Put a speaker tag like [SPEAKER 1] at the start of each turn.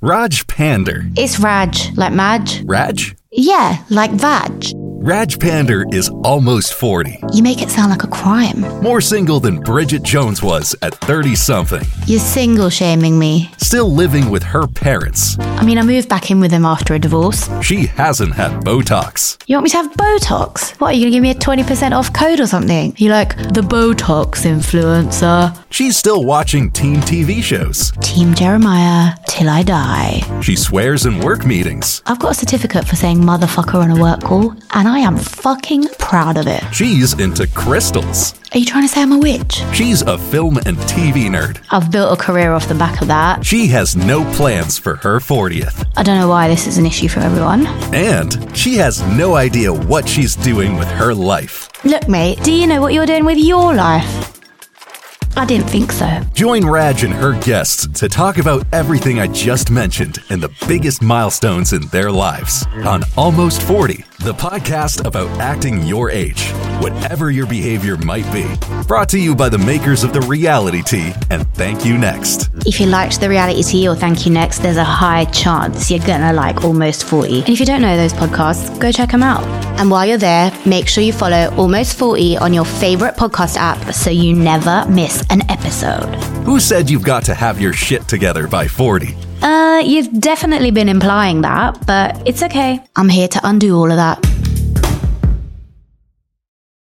[SPEAKER 1] Raj Pander.
[SPEAKER 2] It's Raj, like Madge.
[SPEAKER 1] Raj?
[SPEAKER 2] Yeah, like Vaj.
[SPEAKER 1] Raj Pander is almost 40,
[SPEAKER 2] You make it sound like a crime.
[SPEAKER 1] more single than Bridget Jones was at 30 something,
[SPEAKER 2] You're single shaming me.
[SPEAKER 1] still living with her parents.
[SPEAKER 2] I mean, I moved back in with him after a divorce.
[SPEAKER 1] She hasn't had Botox.
[SPEAKER 2] You want me to have Botox? What, are you going to give me a 20% off code or something? You're like, the Botox influencer.
[SPEAKER 1] She's still watching teen TV shows.
[SPEAKER 2] Team Jeremiah, till I die.
[SPEAKER 1] She swears in work meetings.
[SPEAKER 2] I've got a certificate for saying motherfucker on a work call, and I am fucking proud of it.
[SPEAKER 1] She's into crystals.
[SPEAKER 2] Are you trying to say I'm a witch?
[SPEAKER 1] She's a film and TV nerd.
[SPEAKER 2] I've built a career off the back of that.
[SPEAKER 1] She has no plans for her 40th.
[SPEAKER 2] I don't know why this is an issue for everyone.
[SPEAKER 1] And she has no idea what she's doing with her life.
[SPEAKER 2] Look, mate, do you know what you're doing with your life? I didn't think so.
[SPEAKER 1] Join Raj and her guests to talk about everything I just mentioned and the biggest milestones in their lives on Almost 40, the podcast about acting your age, whatever your behavior might be. Brought to you by the makers of the reality tea and thank you next.
[SPEAKER 2] If you liked the reality tea or thank you next, there's a high chance you're gonna like almost 40. And if you don't know those podcasts, go check them out. And while you're there, make sure you follow Almost 40 on your favorite podcast app so you never miss an episode.
[SPEAKER 1] Who said you've got to have your shit together by 40?
[SPEAKER 2] Uh, you've definitely been implying that, but it's okay. I'm here to undo all of that.